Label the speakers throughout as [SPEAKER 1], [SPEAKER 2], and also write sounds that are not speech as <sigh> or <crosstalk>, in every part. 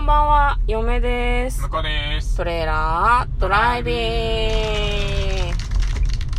[SPEAKER 1] んばんは、嫁です
[SPEAKER 2] 向。こうです。
[SPEAKER 1] トレーラードライビング。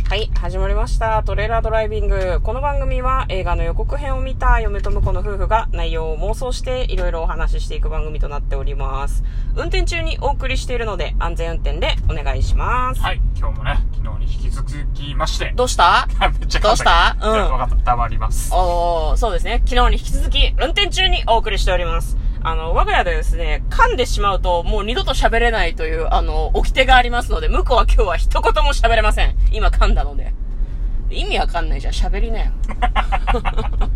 [SPEAKER 1] はい、始まりました。トレーラードライビング。この番組は映画の予告編を見た嫁と婿の夫婦が内容を妄想していろいろお話ししていく番組となっております。運転中にお送りしているので安全運転でお願いします。
[SPEAKER 2] はい、今日もね、昨日に引き続きまして。
[SPEAKER 1] どうした
[SPEAKER 2] めっちゃ
[SPEAKER 1] どうした
[SPEAKER 2] うん。
[SPEAKER 1] うん
[SPEAKER 2] わかった、黙ります。
[SPEAKER 1] おー、そうですね。昨日に引き続き、運転中にお送りしております。あの、我が家でですね、噛んでしまうと、もう二度と喋れないという、あの、掟がありますので、向こうは今日は一言も喋れません。今噛んだので。意味わかんないじゃん。喋りなよ。
[SPEAKER 2] は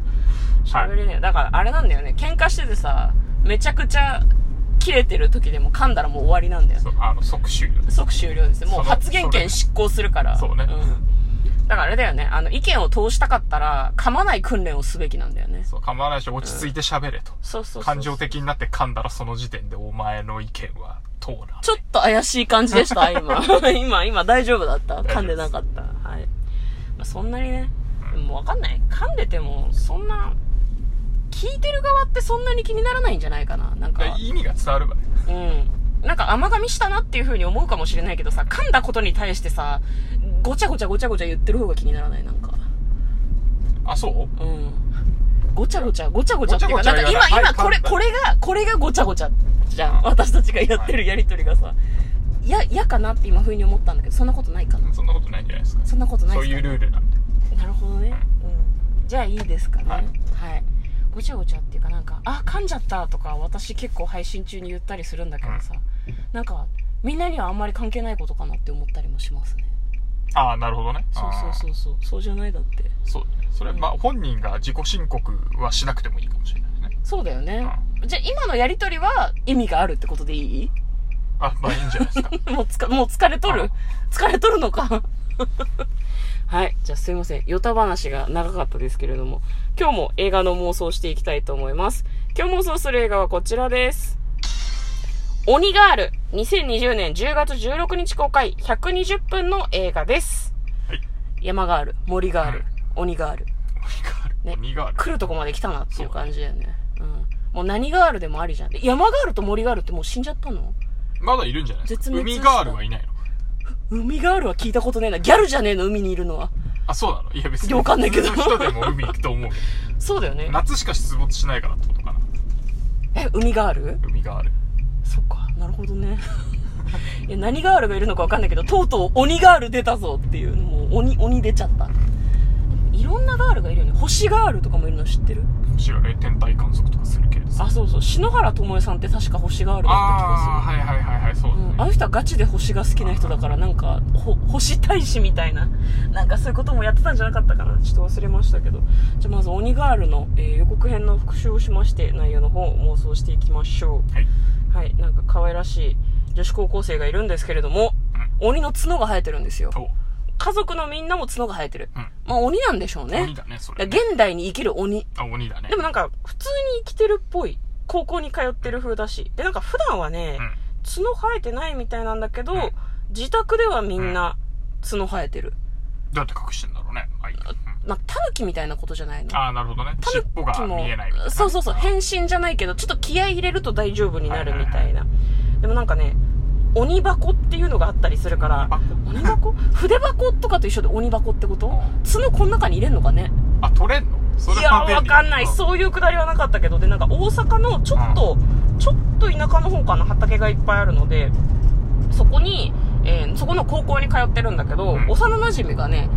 [SPEAKER 1] 喋
[SPEAKER 2] い。
[SPEAKER 1] りなよ。だから、あれなんだよね。喧嘩しててさ、めちゃくちゃ、切れてる時でも噛んだらもう終わりなんだよね
[SPEAKER 2] <laughs> そうあの、即終了です。
[SPEAKER 1] 即終了ですねもう
[SPEAKER 2] その
[SPEAKER 1] 発言権執行するから
[SPEAKER 2] それそうね
[SPEAKER 1] ん、だからあれだよねあの意見を通したかったら噛まない訓練をすべきなんだよね
[SPEAKER 2] そう、構わないし、落ち着いて喋れと。
[SPEAKER 1] そうそうそう
[SPEAKER 2] 感情的になって噛んだらその時点でお前の意見は通らん。
[SPEAKER 1] ちょっと怪しい感じで <laughs> した今今今大丈夫だった噛んでなかったはい、まあ、そんなにねもうわかんない噛んでてもそんな聞いてる側ってそんなに気にならないんじゃないかななんか
[SPEAKER 2] で意味が伝わるわね。
[SPEAKER 1] うん。なんか甘噛みしたなっていう風に思うかもしれないけどさ、噛んだことに対してさ、ごちゃごちゃごちゃごちゃ言ってる方が気にならないなんか。
[SPEAKER 2] あ、そう
[SPEAKER 1] うん。ごちゃごちゃ、ごちゃごちゃっていうか、
[SPEAKER 2] ごち
[SPEAKER 1] な
[SPEAKER 2] ゃ
[SPEAKER 1] ん
[SPEAKER 2] ごち
[SPEAKER 1] か
[SPEAKER 2] ゃ言わ
[SPEAKER 1] 今、
[SPEAKER 2] ない
[SPEAKER 1] 今、これ、
[SPEAKER 2] はい噛んだ
[SPEAKER 1] これが、これがごちゃごちゃじゃん。
[SPEAKER 2] うん
[SPEAKER 1] 私たちがやってるやりとりがさ。いや、嫌かなって今風に思ったんだけど、そんなことないかな。
[SPEAKER 2] そんなことないんじゃないですか。
[SPEAKER 1] そんなことない
[SPEAKER 2] そ
[SPEAKER 1] で
[SPEAKER 2] う
[SPEAKER 1] すか
[SPEAKER 2] いうルールなんで。
[SPEAKER 1] なるほどね。うん。じゃあいいですかね。は
[SPEAKER 2] はい
[SPEAKER 1] い。ごちゃごちゃっていうかなんか、あ、噛んじゃったとか、私結構配信中に言ったりするんだけどさ、なんか、みんなにはあんまり関係ないことかなって思ったりもしますね。
[SPEAKER 2] ああ、なるほどね。
[SPEAKER 1] そうそう
[SPEAKER 2] う
[SPEAKER 1] そうそう。そうじゃないだって。
[SPEAKER 2] そう。それ、まあ、本人が自己申告はしなくてもいいかもしれないね。
[SPEAKER 1] そうだよね。じゃあ今のやりとりは意味があるってことでいい
[SPEAKER 2] あ、まあいいんじゃない
[SPEAKER 1] <laughs>
[SPEAKER 2] ですか。
[SPEAKER 1] もうつか、もう疲れと
[SPEAKER 2] う
[SPEAKER 1] る
[SPEAKER 2] ん
[SPEAKER 1] 疲れとるのか <laughs> はい。じゃあすいません。ヨタ話が長かったですけれども、今日も映画の妄想をしていきたいと思います。今日妄想する映画はこちらです。鬼ガール、2020年10月16日公開、120分の映画です。
[SPEAKER 2] はい
[SPEAKER 1] 山ガール、森ガール、鬼ガール。ね
[SPEAKER 2] 鬼がある。
[SPEAKER 1] 来るとこまで来たなっていう感じだよね。うん。もう何ガールでもありじゃん。で山ガールと森ガールってもう死んじゃったの
[SPEAKER 2] まだいるんじゃないで
[SPEAKER 1] 絶
[SPEAKER 2] すか。
[SPEAKER 1] 滅
[SPEAKER 2] 海
[SPEAKER 1] した
[SPEAKER 2] ガールはいないの
[SPEAKER 1] 海ガールは聞いたことねえな。ギャルじゃねえの、海にいるのは。
[SPEAKER 2] あ、そうなのいや別
[SPEAKER 1] い
[SPEAKER 2] に。
[SPEAKER 1] やわかんないけど
[SPEAKER 2] 普通の人でも海行くと思うけ
[SPEAKER 1] そうだよね
[SPEAKER 2] ど。。夏しか出没しないからってことかな。
[SPEAKER 1] え、海ガール
[SPEAKER 2] 海ガール。
[SPEAKER 1] そっか、なるほどね。 <laughs> いや、何ガールがいるのかわかんないけど、とうとう鬼ガール出たぞっていう、もう鬼、鬼出ちゃった。でもいろんなガールがいるよね。星ガールとかもいるの知ってる
[SPEAKER 2] 知らない天体観測とかする系です。
[SPEAKER 1] あ、そうそう。篠原ともえさんって確か星ガールだった気がする。
[SPEAKER 2] あー、はいはいはいはい、そうだ
[SPEAKER 1] うん、あ
[SPEAKER 2] ね。
[SPEAKER 1] の人はガチで星が好きな人だからなんかほ星大使みたいな <laughs> なんかそういうこともやってたんじゃなかったかなちょっと忘れましたけどじゃあまず「鬼ガールの」えー予告編の復習をしまして内容の方を妄想していきましょ
[SPEAKER 2] はい。
[SPEAKER 1] うはいなんか可愛らしい女子高校生がいるんですけれども鬼の角が生えてるんですよ
[SPEAKER 2] お、
[SPEAKER 1] 家族のみんなも角が生えてる、
[SPEAKER 2] うん
[SPEAKER 1] まあ鬼なんでしょうね
[SPEAKER 2] 鬼だね、それ。
[SPEAKER 1] 現代に生きる鬼
[SPEAKER 2] あ、鬼だね。
[SPEAKER 1] でもなんか普通に生きてるっぽい高校に通ってる風だしでなんか普段はね、
[SPEAKER 2] うん。
[SPEAKER 1] 角生えてないみたいなんだけど、
[SPEAKER 2] うん
[SPEAKER 1] 自宅ではみんな角生えてる。
[SPEAKER 2] どうやって隠してんだろうね。はい。うん
[SPEAKER 1] まあ、タヌキみたいなことじゃないの
[SPEAKER 2] あー、なるほどね。尻尾が見えないみたいな。
[SPEAKER 1] そうそうそう、
[SPEAKER 2] あー
[SPEAKER 1] 変身じゃないけど、ちょっと気合い入れると大丈夫になるみた
[SPEAKER 2] はいい
[SPEAKER 1] な。でもなんかね、鬼箱っていうのがあったりするから、鬼箱
[SPEAKER 2] <laughs>
[SPEAKER 1] 筆箱とかと一緒で鬼箱ってこと角この中に入れんのかね
[SPEAKER 2] あ、取れんのそれ
[SPEAKER 1] いや、
[SPEAKER 2] は便利
[SPEAKER 1] わかんない。そういうくだりはなかったけど、で、なんか大阪のちょっと、ちょっと田舎の方かな、畑がいっぱいあるので、そこに、えーそこの高校に通ってるんだけど、
[SPEAKER 2] うん
[SPEAKER 1] 幼馴染がね、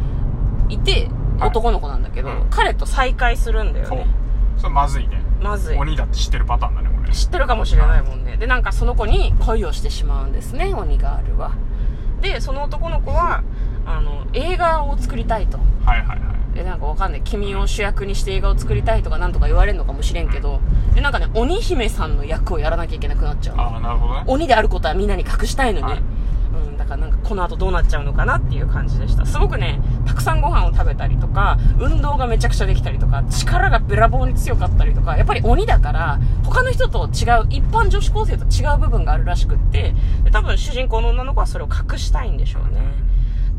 [SPEAKER 1] いて、
[SPEAKER 2] はい
[SPEAKER 1] 男の子なんだけど、
[SPEAKER 2] うん
[SPEAKER 1] 彼と再会するんだよ
[SPEAKER 2] そう
[SPEAKER 1] ね。。
[SPEAKER 2] それまずいね。
[SPEAKER 1] まずい。
[SPEAKER 2] 鬼だって知ってるパターンだね、これ。
[SPEAKER 1] 知ってるかもしれないもんね。で、なんかその子に恋をしてしまうんですね、鬼ガールは。で、その男の子は、あの、映画を作りたいと。
[SPEAKER 2] はいはいはい。
[SPEAKER 1] えなんかわかんない君を主役にして映画を作りたいとかなんとか言われるのかもしれんけどでなんかね鬼姫さんの役をやらなきゃいけなくなっちゃうの
[SPEAKER 2] あー、なるほどね。
[SPEAKER 1] 鬼であることはみんなに隠したいのに、
[SPEAKER 2] はい
[SPEAKER 1] うん、だからなんかこの後どうなっちゃうのかなっていう感じでしたすごくねたくさんご飯を食べたりとか運動がめちゃくちゃできたりとか力がべらぼうに強かったりとかやっぱり鬼だから他の人と違う一般女子高生と違う部分があるらしくってで多分主人公の女の子はそれを隠したいんでしょうね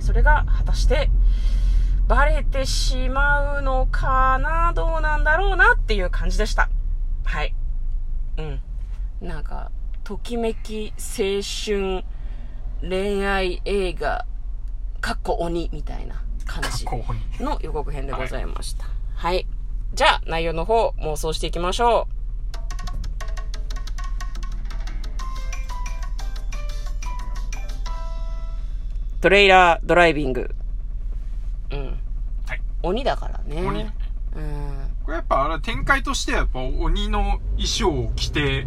[SPEAKER 1] それが果たしてバレてしまうのかなどうなんだろうなっていう感じでしたはいうんなんかときめき、青春、恋愛、映画、かっこ鬼みたいな感じ
[SPEAKER 2] 候補に。
[SPEAKER 1] の予告編でございました。はい。じゃあ、内容の方、妄想していきましょう。トレイラードライビング。うん。
[SPEAKER 2] はい。
[SPEAKER 1] 鬼だからね。
[SPEAKER 2] 鬼だね
[SPEAKER 1] うん。
[SPEAKER 2] これやっぱあれ展開としてはやっぱ鬼の衣装を着て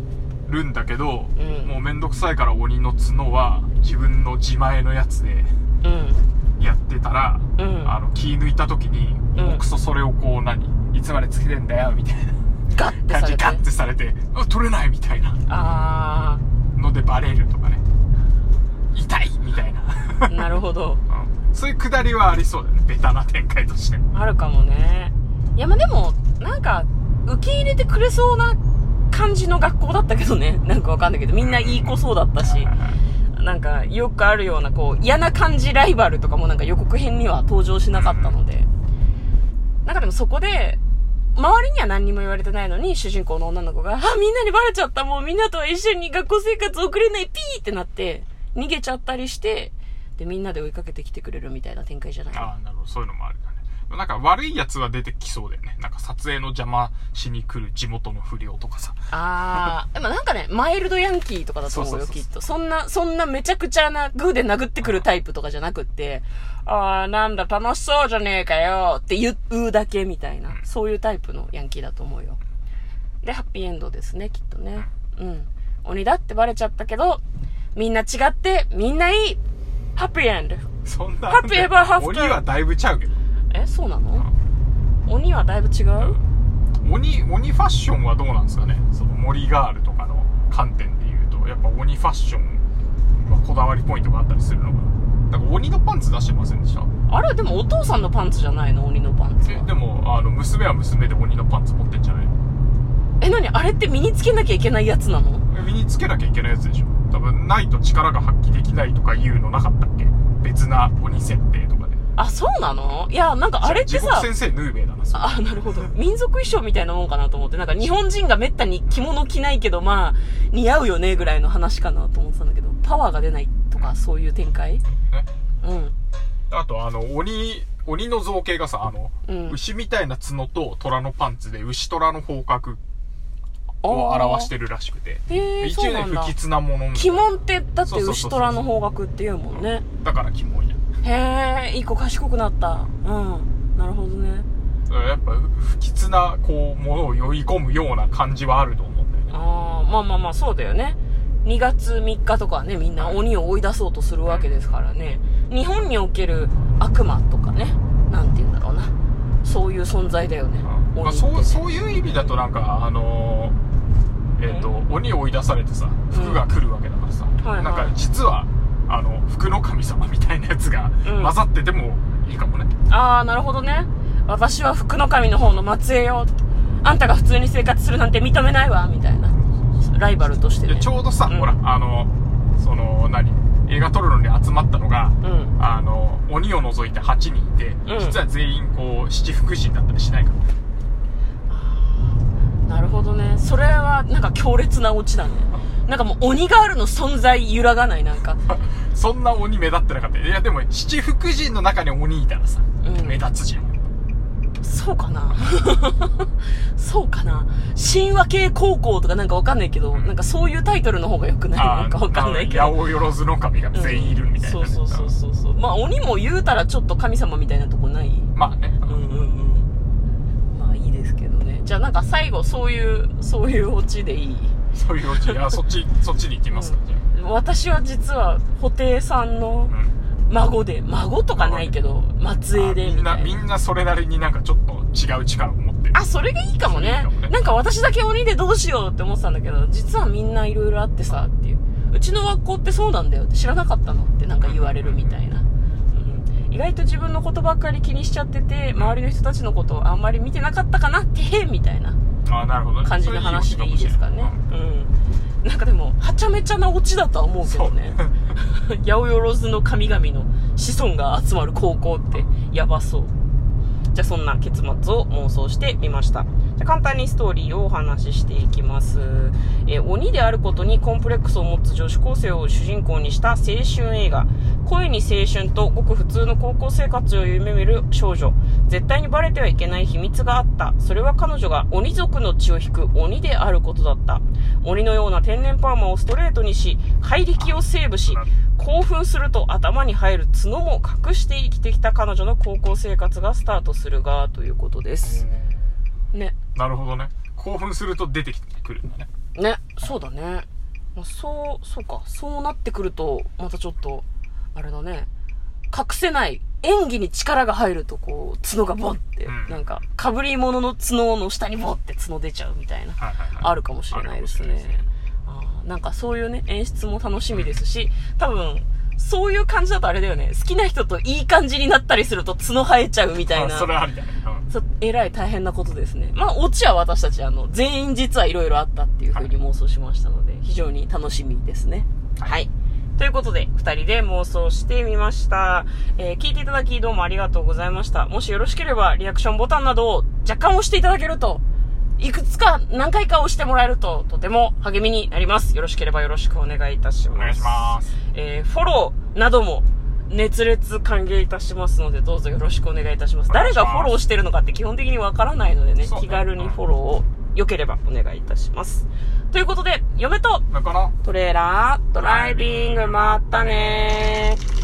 [SPEAKER 2] るんだけど、
[SPEAKER 1] うん
[SPEAKER 2] もうめんどくさいから鬼の角は自分の自前のやつで
[SPEAKER 1] うん。
[SPEAKER 2] やってたら、
[SPEAKER 1] うん
[SPEAKER 2] あの気抜いた時に、
[SPEAKER 1] うん
[SPEAKER 2] もうクソそれをこう何いつまでつけてんだよみたいな
[SPEAKER 1] ガッて
[SPEAKER 2] 感
[SPEAKER 1] さ
[SPEAKER 2] じ
[SPEAKER 1] れ
[SPEAKER 2] で
[SPEAKER 1] て。
[SPEAKER 2] ガッてされてあ取れないみたいな
[SPEAKER 1] あ
[SPEAKER 2] のでバレるとかね痛いみた
[SPEAKER 1] <laughs>
[SPEAKER 2] いな、
[SPEAKER 1] ー、なるほど。
[SPEAKER 2] うんそういうくだりはありそうだよねベタな展開として
[SPEAKER 1] あるかもね。いや、まあ、でも、なんか、受け入れてくれそうな感じの学校だったけどね。 <laughs> なんかわかんないけど、みんないい子そうだったし。なんか、よくあるような、こう、嫌な感じライバルとかもなんか予告編には登場しなかったので。なんかでもそこで、周りには何にも言われてないのに、主人公の女の子が、あ、みんなにバレちゃった、もうみんなとは一緒に学校生活送れない、ピーってなって、逃げちゃったりして、で、みんなで追いかけてきてくれるみたいな展開じゃない
[SPEAKER 2] ああ、なるほど。そういうのもあるだね。なんか悪い奴は出てきそうだよね。なんか撮影の邪魔しに来る地元の不良とかさ。
[SPEAKER 1] あ
[SPEAKER 2] <laughs>
[SPEAKER 1] ー、でもなんかね、マイルドヤンキーとかだと思うよ、
[SPEAKER 2] そうそう
[SPEAKER 1] き
[SPEAKER 2] そう
[SPEAKER 1] っと。そんな、そんなめちゃくちゃな、グーで殴ってくるタイプとかじゃなくって、あー、なんだ、楽しそうじゃねえかよって言うだけみたいな、そういうタイプのヤンキーだと思うよ。で、ハッピーエンドですね、きっとね。うん。鬼だってバレちゃったけど、みんな違って、みんないいハッピーエンド
[SPEAKER 2] そんな。
[SPEAKER 1] ハッピーエバーハフター
[SPEAKER 2] 鬼はだいぶちゃうけど。
[SPEAKER 1] え、そうなの鬼はだいぶ違う
[SPEAKER 2] 鬼、鬼ファッションはどうなんですかねその森ガールとかの観点で言うと、やっぱ鬼ファッションはこだわりポイントがあったりするのかな。なんか鬼のパンツ出してませんでした
[SPEAKER 1] あれでもお父さんのパンツじゃないの鬼のパンツ
[SPEAKER 2] え
[SPEAKER 1] は。
[SPEAKER 2] でも、あの、娘は娘で鬼のパンツ持ってんじゃない
[SPEAKER 1] え、なにあれって身につけなきゃいけないやつなの
[SPEAKER 2] 身につけなきゃいけないやつでしょ多分ないと力が発揮できないとかいうのなかったっけ別な鬼設定とかで
[SPEAKER 1] あ、そうなのいや、なんかあれって
[SPEAKER 2] 地獄
[SPEAKER 1] さ、
[SPEAKER 2] 先生ヌーベイだなそれ
[SPEAKER 1] あ、なるほど。民族衣装みたいなもんかなと思って、なんか日本人がめったに着物着ないけど、まあ、似合うよね、ぐらいの話かなと思ってたんだけど、パワーが出ないとか、そういう展開うん。
[SPEAKER 2] あとあの鬼鬼の造形がさあの、
[SPEAKER 1] うん
[SPEAKER 2] 牛みたいな角と虎のパンツで牛虎の方角を表してるらしくて
[SPEAKER 1] あーへー
[SPEAKER 2] 一
[SPEAKER 1] そう
[SPEAKER 2] 応ね
[SPEAKER 1] なんだ
[SPEAKER 2] 不吉なものみたい
[SPEAKER 1] 鬼門って、だって
[SPEAKER 2] そうそうそうそ
[SPEAKER 1] 牛
[SPEAKER 2] う
[SPEAKER 1] 虎の方角って言うもんね。
[SPEAKER 2] だからキモいじゃん
[SPEAKER 1] へえ、いい子賢くなった。うん。なるほどね。
[SPEAKER 2] だからやっぱ不吉なこうものを酔い込むような感じはあると思うんだよね
[SPEAKER 1] ああ、まあまあまあ、そうだよね。2月3日とかはね、みんな鬼を追い出そうとするわけですからね。日本における悪魔とかね、なんて言うんだろうな。そういう存在だよね。
[SPEAKER 2] ま
[SPEAKER 1] 鬼
[SPEAKER 2] あ、
[SPEAKER 1] って
[SPEAKER 2] そうそういう意味だとなんかあのーえっ、と鬼を追い出されてさ服が来るわけだからさ、
[SPEAKER 1] はいはい
[SPEAKER 2] なんか実はあの服の神様みたいなやつが
[SPEAKER 1] うん
[SPEAKER 2] 混ざっててもいいかもね、
[SPEAKER 1] ああ、なるほどね。私は福の神の方の末裔よ。あんたが普通に生活するなんて認めないわ、みたいな。ライバルとして
[SPEAKER 2] いや
[SPEAKER 1] ね。
[SPEAKER 2] ちょうどさ、
[SPEAKER 1] うん
[SPEAKER 2] ほらあのその何映画撮るのに集まったのが、
[SPEAKER 1] うん。
[SPEAKER 2] あの鬼を除いて8人いて、
[SPEAKER 1] うん
[SPEAKER 2] 実は全員こう七福神だったりしないか <laughs>
[SPEAKER 1] なるほどね。それは、なんか強烈なオチだね。なんかもう鬼ガールの存在揺らがない、なんか。
[SPEAKER 2] そんな鬼目立ってなかったいやでも七福神の中に鬼いたらさ、
[SPEAKER 1] うん
[SPEAKER 2] 目立つじゃん
[SPEAKER 1] そうかな <laughs> そうかな神話系高校とかなんかわかんないけど、
[SPEAKER 2] うん
[SPEAKER 1] なんかそういうタイトルの方が良くないなんかわかんないけど。
[SPEAKER 2] 八百万の神が全員いるみたいな、ね
[SPEAKER 1] そうそうそうそうそう。まあ鬼も言うたらちょっと神様みたいなとこない
[SPEAKER 2] まあね、
[SPEAKER 1] うんうんうん。まあいいですけどね。じゃあなんか最後そういう、そういうオチでいい
[SPEAKER 2] そういううちいやそっ
[SPEAKER 1] <laughs>
[SPEAKER 2] ちそっちに行きますか、じゃ
[SPEAKER 1] 私は実は、布袋さんの
[SPEAKER 2] あ、うん
[SPEAKER 1] 孫で、孫とかないけど、末裔で
[SPEAKER 2] あみん
[SPEAKER 1] みた
[SPEAKER 2] ないみ
[SPEAKER 1] な。
[SPEAKER 2] んなそれなりになんかちょっと違う力を持ってる
[SPEAKER 1] あ、それがいいかもね
[SPEAKER 2] それいいかもね。
[SPEAKER 1] なんか私だけ鬼でどうしようって思ってたんだけど、実はみんないろいろあってさ、っていう。うちの学校ってそうなんだよって知らなかったのってなんか言われるみたいな。うん意外と自分のことばっかり気にしちゃってて、周りの人たちのことをあんまり見てなかったかなって、へえみたいな
[SPEAKER 2] あなるほど、
[SPEAKER 1] 感じの話でいいですかね。うん。なんかでも、はちゃめちゃなオチだとは思うけ
[SPEAKER 2] そ
[SPEAKER 1] ど
[SPEAKER 2] うね
[SPEAKER 1] ね。 <laughs> 八百万の神々の子孫が集まる高校ってやばそうじゃあそんな結末を妄想してみましたじゃあ簡単にストーリーをお話ししていきます。えー鬼であることにコンプレックスを持つ女子高生を主人公にした青春映画。恋に青春とごく普通の高校生活を夢見る少女。絶対にバレてはいけない秘密があった。それは彼女が鬼族の血を引く鬼であることだった。鬼のような天然パーマをストレートにし、怪力をセーブし、興奮すると頭に入る角も隠して生きてきた彼女の高校生活がスタートするが、ということです。ね。
[SPEAKER 2] なるほどね興奮すると出てくるんだね
[SPEAKER 1] ねそうだね、まあ、そうそうかそうなってくるとまたちょっとあれだね隠せない演技に力が入るとこう角がボンって、
[SPEAKER 2] うん
[SPEAKER 1] なんかかぶり物の角の下にボンって角出ちゃうみたいな
[SPEAKER 2] はいはいはい
[SPEAKER 1] あるかもしれないです
[SPEAKER 2] あるかもしれない
[SPEAKER 1] ねあーなんかそういうね演出も楽しみですし多分そういう感じだとあれだよね好きな人といい感じになったりすると角生えちゃうみたい
[SPEAKER 2] あ
[SPEAKER 1] な
[SPEAKER 2] それはありだね、うん
[SPEAKER 1] そえらい大変なことですね。まあ、オチは私たち、あの、全員実はいろいろあったっていうふうに妄想しましたので、非常に楽しみですね。はい。ということで、二人で妄想してみました。えー聞いていただきどうもありがとうございました。もしよろしければ、リアクションボタンなどを若干押していただけると、いくつか何回か押してもらえると、とても励みになります。よろしければよろしくお願いいたします。
[SPEAKER 2] お願いします
[SPEAKER 1] えーフォローなども熱烈歓迎いたしますので、どうぞよろしくお願いいたします。
[SPEAKER 2] お願
[SPEAKER 1] 誰
[SPEAKER 2] いしま
[SPEAKER 1] が
[SPEAKER 2] す
[SPEAKER 1] フォローしてるのかって基本的にわからないのでね、
[SPEAKER 2] そうね
[SPEAKER 1] 気軽にフォローを良ければお願いいたします。ということで、嫁と
[SPEAKER 2] だから
[SPEAKER 1] トレーラー、ドライビング、まったねー。